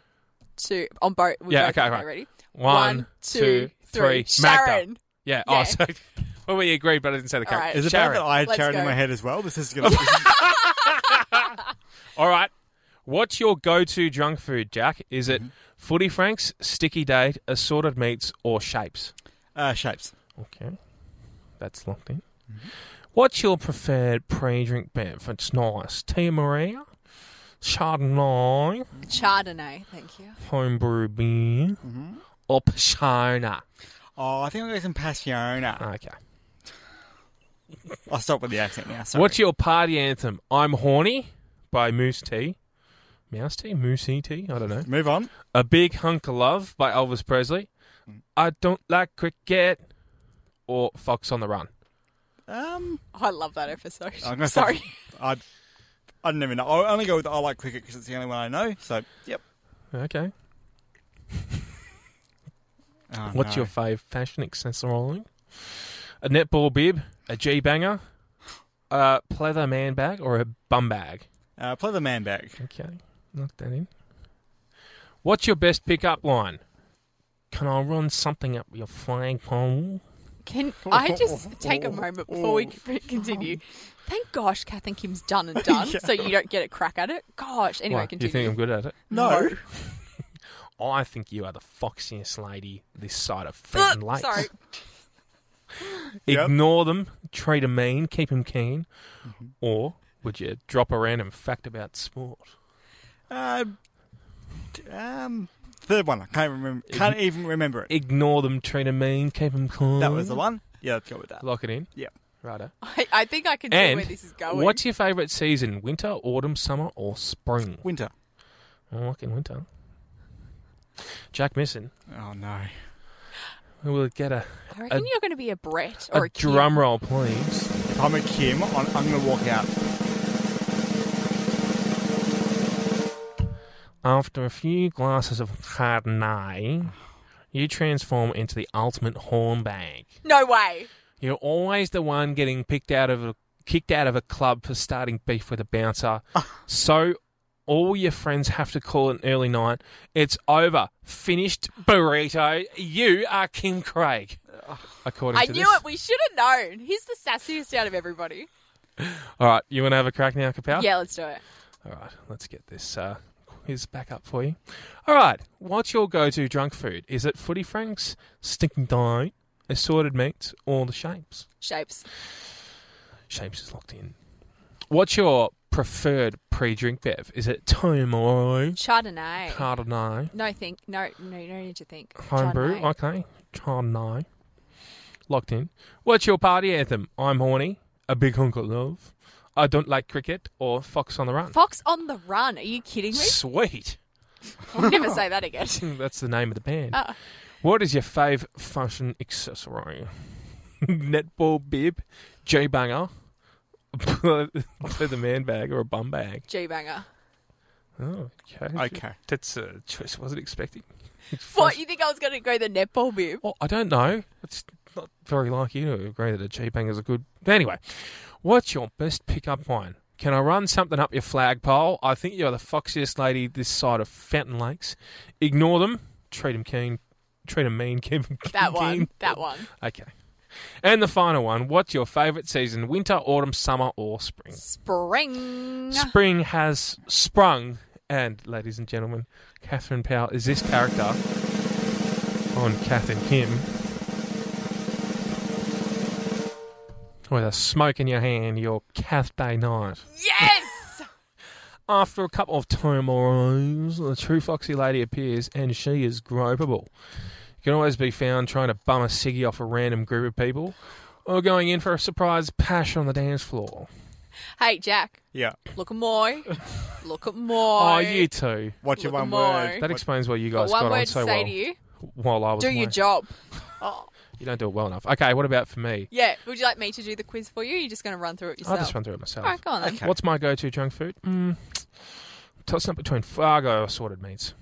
two, on both. we
Yeah,
both
okay,
are
right.
Ready?
One, two, three. Magda.
Sharon.
Yeah.
Yeah.
Oh, so well, we agreed, but I didn't say the
All
character.
right.
Is it
Sharon.
bad that I had
Let's
Sharon
go.
in my head as well? This is gonna.
All right. What's your go-to junk food, Jack? Is it
Mm-hmm.
footy franks, sticky date, assorted meats, or shapes?
uh, shapes.
Okay, that's locked in. What's your preferred pre-drink beer? If it's nice, Tia Maria, Chardonnay,
Chardonnay, thank you.
homebrew beer, or Pashona?
Oh, I think I'm going to some passiona.
Okay.
I'll stop with the accent now. Sorry.
What's your party anthem? I'm horny by Moose T. Mouse T? Moosey T? I don't know.
Move on.
A Big Hunk of Love by Elvis Presley. I Don't Like Cricket or Fox on the Run.
Um,
Oh, I love that episode.
I'm gonna stop.
Sorry.
I, I don't even know. I'll only go with I like cricket because it's the only one I know. So, yep.
Okay.
Oh,
What's
no.
your fave fashion accessory? A netball bib, a G banger, a pleather man bag, or a bum bag?
uh, play the man back?
Okay, knock that in. What's your best pickup line? Can I run something up your flagpole?
Can I just take a moment before we c- continue? Thank gosh, Kath and Kim's done and done, so you don't get a crack at it. Gosh. Anyway,
Why,
continue.
you think I'm good at it?
No.
I think you are the foxiest lady this side of
Ugh,
Fenton Lakes.
Sorry.
Yep.
Ignore them, treat 'em mean, keep 'em keen, or would you drop a random fact about sport?
Uh, d- um, third one. I can't remember. Can't even remember it.
Ignore them, treat 'em mean, keep 'em keen.
That was the one. Yeah, let's go with that.
Lock it in.
Yep.
Righto.
I, I think I can see
And
where this is going.
what's your favourite season? Winter, autumn, summer, or spring?
Winter.
I like in winter. Jack Misson
Oh no.
we will get a,
I reckon
a-
you're going to be a Brett or
a
a, Kim.
drum roll, please.
If I'm a Kim, I'm, I'm going to walk out.
After a few glasses of Chardonnay, you transform into the ultimate hornbag.
No way.
You're always the one getting picked out of a, kicked out of a club for starting beef with a bouncer. so all your friends have to call it an early night. It's over. Finished burrito. You are Kim Craig. According
I
to
knew
this.
it. We should have known. He's the sassiest out of everybody.
All right, you want to have a crack now, Capel?
Yeah, let's do it.
All right, let's get this uh, quiz back up for you. All right, what's your go-to drunk food? Is it footy franks, stinking dye, assorted meats, or the shapes?
Shapes.
Shapes is locked in. What's your preferred pre-drink bev? Is it Tomorrow,
Chardonnay.
Chardonnay,
no, think. No, no, no need to think.
Homebrew? Oh.
Chardonnay.
Okay, Chardonnay. Locked in. What's your party anthem? I'm horny, a big hunk of love, I don't like cricket, or Fox on the Run.
Fox on the Run. Are you kidding me?
Sweet.
I'll never say that again.
That's the name of the band.
Oh.
What is your fave fashion accessory? Netball bib, J banger, the man bag or a bum bag.
G banger.
Oh, okay.
Okay.
That's a choice I wasn't expecting.
What you think I was going to go the netball bib?
Well, I don't know. It's not very like you to agree that a J banger's a good. Anyway, what's your best pickup line? Can I run something up your flagpole? I think you're the foxiest lady this side of Fountain Lakes. Ignore them. Treat 'em keen. Treat 'em mean. Keep 'em
That
keen.
one. That one.
Okay. And the final one, what's your favourite season? Winter, autumn, summer, or spring?
Spring.
Spring has sprung, and ladies and gentlemen, Catherine Powell is this character on Kath and Kim. With a smoke in your hand, your Kath Day night.
Yes.
After a couple of tomorrows, the true foxy lady appears and she is gropable. You can always be found trying to bum a ciggy off a random group of people or going in for a surprise pash on the dance floor.
hey Jack,
Yeah.
look at Moy. Look at
Oh,
Moy.
you two.
What's your
Look
one
more.
word?
That
What-
explains why you
Got
guys got,
one
on
word to
so
say
well
to you.
while I was
Do your
away.
job.
You don't do it well enough. Okay, what about for me?
Yeah. Would you like me to do the quiz for you? You're just going to run through it yourself.
I'll just run through it myself.
All right, go on. Then.
Okay.
What's my go-to junk food? Mm, toss up between Fargo assorted meats.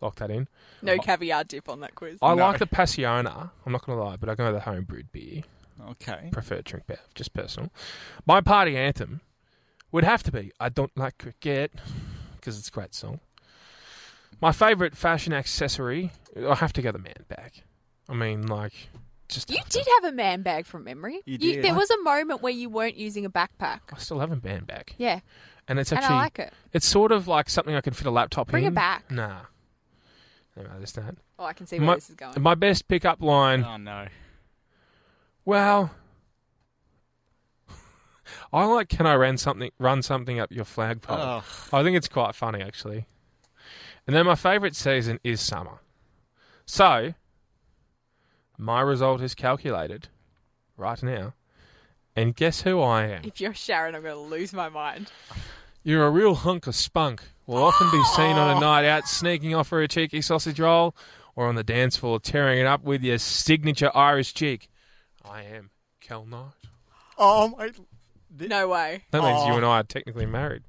Lock that in.
No caviar dip on that quiz.
I
No.
like the Passiona. I'm not going to lie, but I go with the homebrewed beer.
okay.
Prefer drink bev, just personal. My party anthem would have to be I Don't Like Cricket because it's a great song. My favourite fashion accessory, I have to go the man bag. I mean, like, just.
You
have to-
did have a man bag from memory.
You did.
there was a moment where you weren't using a backpack.
I still have a man bag.
Yeah,
And it's
and
actually.
I like it.
It's sort of like something I could fit a laptop
Bring
in.
it back.
Nah. No, that's that.
Oh, I can see where
My,
this is going.
my best pickup line.
Oh no.
Well, I like can I run something run something up your flagpole.
Ugh.
I think it's quite funny actually. And then my favourite season is summer. So my result is calculated right now. And guess who I am?
if you're Sharon, I'm going to lose my mind.
You're a real hunk of spunk. Will often be seen on a night out sneaking off for a cheeky sausage roll or on the dance floor tearing it up with your signature Irish cheek. I am Kel Knight.
Oh my.
No way.
That means you
Aw.
and I are technically married.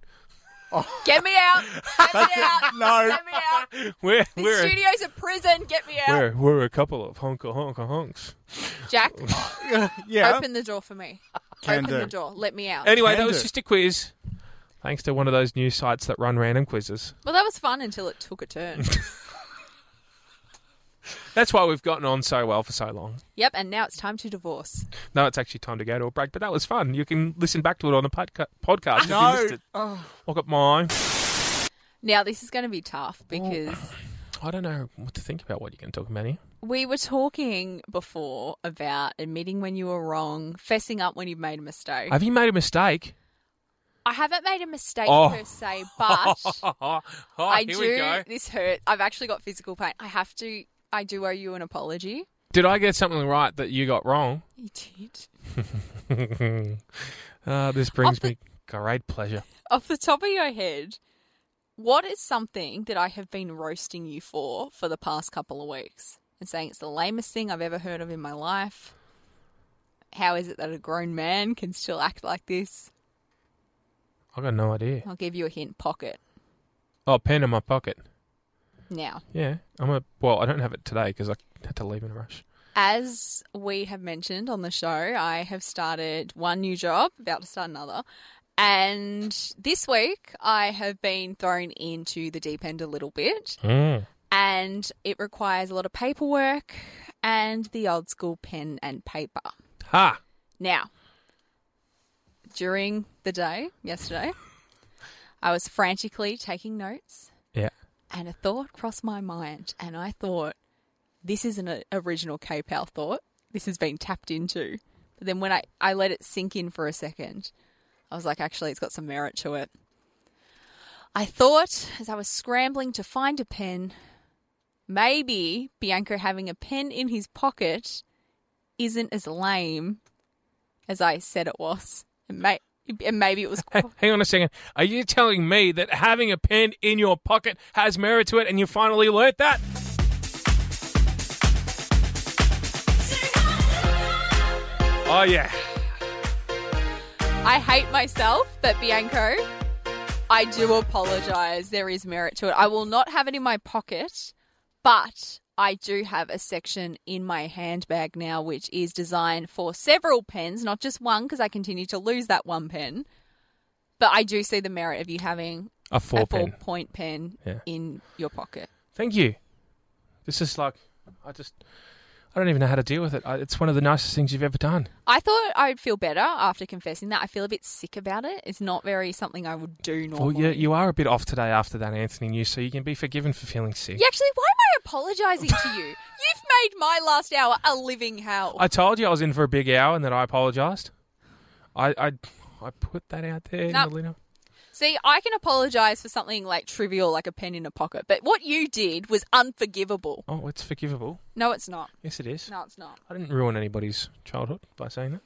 Get me out. Get me out.
No.
Get me out.
We're
This
we're a,
studio's a prison. Get me
we're,
out.
we're a couple of honka honka honks.
Jack,
Yeah.
open the door for me. open
Can do.
the door. Let me out.
Anyway, that
Can
was
do.
just a quiz. Thanks to one of those new sites that run random quizzes.
well, that was fun until it took a turn.
That's why we've gotten on so well for so long.
yep, and now it's time to divorce.
No, it's actually time to go to a break, but that was fun. You can listen back to it on the podca- podcast if you
No.
missed it. Look at mine.
Now this is going to be
Oh.
tough because
I don't know what to think about what you're going to talk about here.
we were talking before about admitting when you were wrong, fessing up when you've made a mistake.
Have you made a mistake?
I haven't made a mistake
Oh.
per se, but
Oh,
I
here
do.
we go.
This hurt. I've actually got physical pain. I have to. I do owe you an apology.
Did I get something right that you got wrong?
You did.
Ah, this brings
Off the-
me great pleasure.
Off the top of your head, what is something that I have been roasting you for for the past couple of weeks and saying it's the lamest thing I've ever heard of in my life? How is it that a grown man can still act like this?
I got no idea.
I'll give you a hint pocket
Oh, pen in my pocket.
now.
Yeah, I'm a. Well, I don't have it today because I had to leave in a rush.
As we have mentioned on the show, I have started one new job, about to start another. And this week, I have been thrown into the deep end a little bit.
Mm.
And it requires a lot of paperwork and the old school pen and paper.
Ha!
Now, during the day, yesterday, I was frantically taking notes
Yeah.
and a thought crossed my mind. And I thought, this isn't an uh, original KPAL thought. This has been tapped into. But then when I, I let it sink in for a second, I was like, actually, it's got some merit to it. I thought as I was scrambling to find a pen, maybe Bianco having a pen in his pocket isn't as lame as I said it was. And, may- and maybe it was.
Hey, hang on a second. Are you telling me that having a pen in your pocket has merit to it and you finally learnt that? Oh, yeah.
I hate myself, but Bianco, I do apologize. There is merit to it. I will not have it in my pocket, but I do have a section in my handbag now which is designed for several pens, not just one, because I continue to lose that one pen. But I do see the merit of you having
A four
a four
pen.
point pen
Yeah.
in your pocket.
Thank you. This is like, I just, I don't even know how to deal with it. I, it's one of the nicest things you've ever done.
I thought I'd feel better after confessing that. I feel a bit sick about it. It's not very something I would do
Well,
normally.
you, you are a bit off today after that Anthony news, so you can be forgiven for feeling sick.
Yeah, actually, why am I apologising to you? You've made my last hour a living hell.
I told you I was in for a big hour and that I apologised. I, I, I put that out there,
No.
Melina.
See, I can apologise for something like trivial, like a pen in a pocket, but what you did was unforgivable.
Oh, it's forgivable.
No, it's not.
Yes, it is.
No, it's not.
I didn't ruin anybody's childhood by saying that.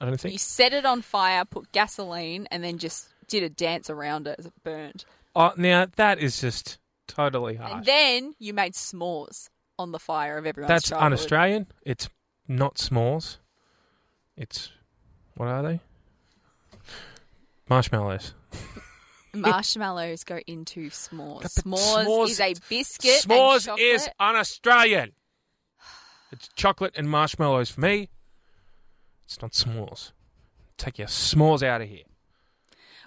I don't
You
think.
set it on fire, put gasoline, and then just did a dance around it as it burned.
Oh, now that is just totally harsh.
And then you made s'mores on the fire of everyone's
That's
childhood.
un-Australian. It's not s'mores. It's what are they? Marshmallows.
Marshmallows go into s'mores.
But- but
S'mores,
s'mores-
is a biscuit. and
s'mores
chocolate.
is un-Australian. It's chocolate and marshmallows for me. It's not s'mores. Take your s'mores out of here.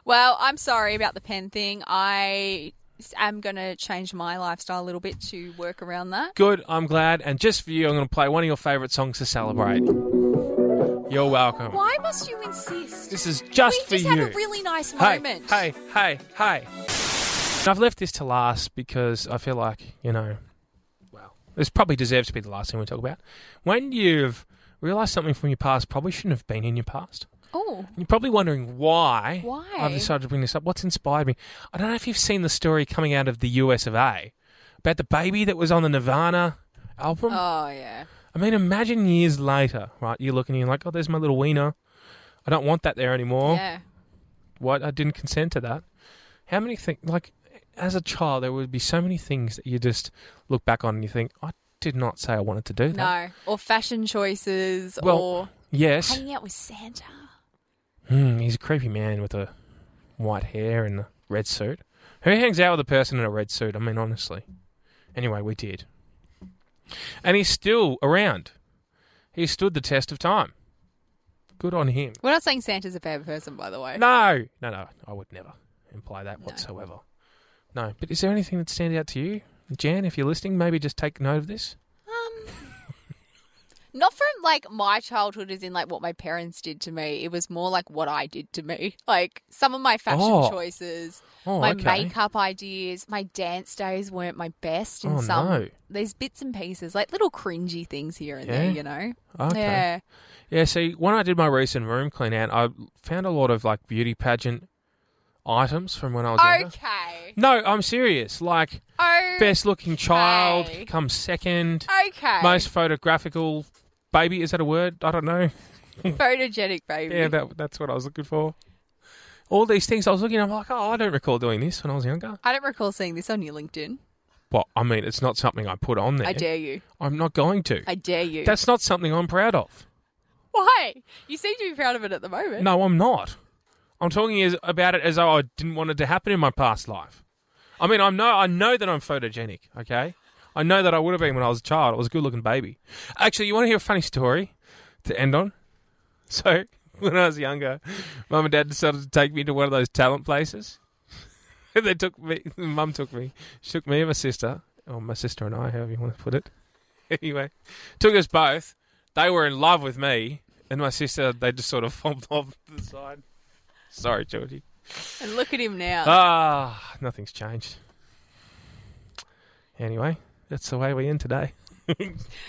Well, I'm sorry about the pen thing. I am going to change my lifestyle a little bit to work around that.
Good. I'm glad. And just for you, I'm going to play one of your favourite songs to celebrate. You're welcome.
Why must you insist?
This is just for
we just
you.
had a really nice
hey,
moment.
hey, hey, hey. And I've left this to last because I feel like, you know, well, this probably deserves to be the last thing we talk about. When you've realised something from your past probably shouldn't have been in your past,
Oh,
you're probably wondering why,
Why?
I've decided to bring this up. What's inspired me? I don't know if you've seen the story coming out of the US of A about the baby that was on the Nirvana album.
oh yeah.
I mean, imagine years later, right? You're looking and you're like, oh, there's my little wiener. I don't want that there anymore.
Yeah.
What? I didn't consent to that. How many things, like, as a child, there would be so many things that you just look back on and you think, I did not say I wanted to do that.
No. Or fashion choices
Well-
or
Yes.
hanging out with Santa.
Hmm, he's a creepy man with a white hair and a red suit. Who hangs out with a person in a red suit? I mean, honestly. Anyway, we did. And he's still around. He stood the test of time. Good on him.
We're not saying Santa's a bad person, by the way.
No, no, no. I would never imply that whatsoever. No, but is there anything that stands out to you, Jan? If you're listening, maybe just take note of this.
Not from like my childhood as in like what my parents did to me. It was more like what I did to me. Like some of my fashion
Oh.
choices.
Oh,
my
okay.
makeup ideas, my dance days weren't my best in
Oh,
some
no.
there's bits and pieces, like little cringy things here and there,
Yeah?
you know?
Okay.
Yeah.
Yeah, see, when I did my recent room clean out, I found a lot of like beauty pageant items from when I was younger.
Okay.
No, I'm serious. Like
Oh.
best looking child
Okay.
comes second.
Okay.
Most photographical baby is that a word? I don't know.
photogenic baby.
Yeah, that, that's what I was looking for. All these things I was looking. I'm like, oh, I don't recall doing this when I was younger.
I don't recall seeing this on your LinkedIn.
Well, I mean, it's not something I put on there.
I dare you.
I'm not going to.
I dare you.
That's not something I'm proud of.
Why? You seem to be proud of it at the moment.
No, I'm not. I'm talking as, about it as though I didn't want it to happen in my past life. I mean, I know I know that I'm photogenic. Okay, I know that I would have been when I was a child. I was a good-looking baby. Actually, you want to hear a funny story to end on? So when I was younger, mum and dad decided to take me to one of those talent places. And they took me. Mum took me. She took me and my sister, or my sister and I, however you want to put it. Anyway, took us both. They were in love with me and my sister. They just sort of fobbed off to the side. Sorry, Georgie.
And look at him now.
Ah, nothing's changed. Anyway, that's the way we end today.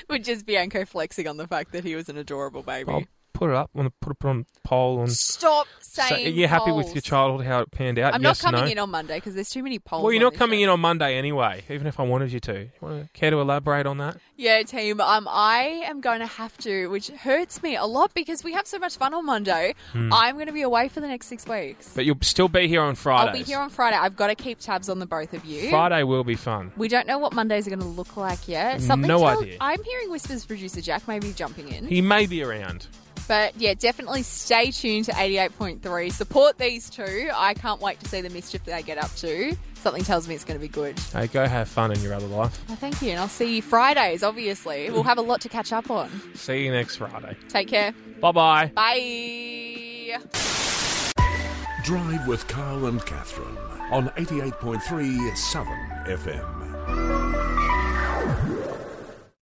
Which is Bianco flexing on the fact that he was an adorable baby.
I'll put it up. I'm gonna put it on poll and
Stop saying.
say, are you happy with
polls.
your childhood? How it panned out?
I'm
yes,
not coming
no?
in on Monday because there's too many polls.
Well, you're not coming in on Monday anyway, even if I wanted you to. You want to care to elaborate on that?
Yeah, team. Um, I am going to have to, which hurts me a lot because we have so much fun on Monday.
Hmm.
I'm going to be away for the next six weeks.
But you'll still be here on Fridays.
I'll be here on Friday. I've got to keep tabs on the both of you.
Friday will be fun.
We don't know what Mondays are going to look like yet. Something
No
tells-
idea.
I'm hearing whispers. Producer Jack may be jumping in,
He may be around.
but yeah, definitely stay tuned to 88.3. Support these two. I can't wait to see the mischief they get up to. Something tells me it's going to be good.
Hey, go have fun in your other life.
Well, thank you, and I'll see you Fridays. Obviously, we'll have a lot to catch up on.
See you next Friday.
Take care.
Bye bye.
Bye.
Drive with Carl and Catherine on 88.3 Southern FM.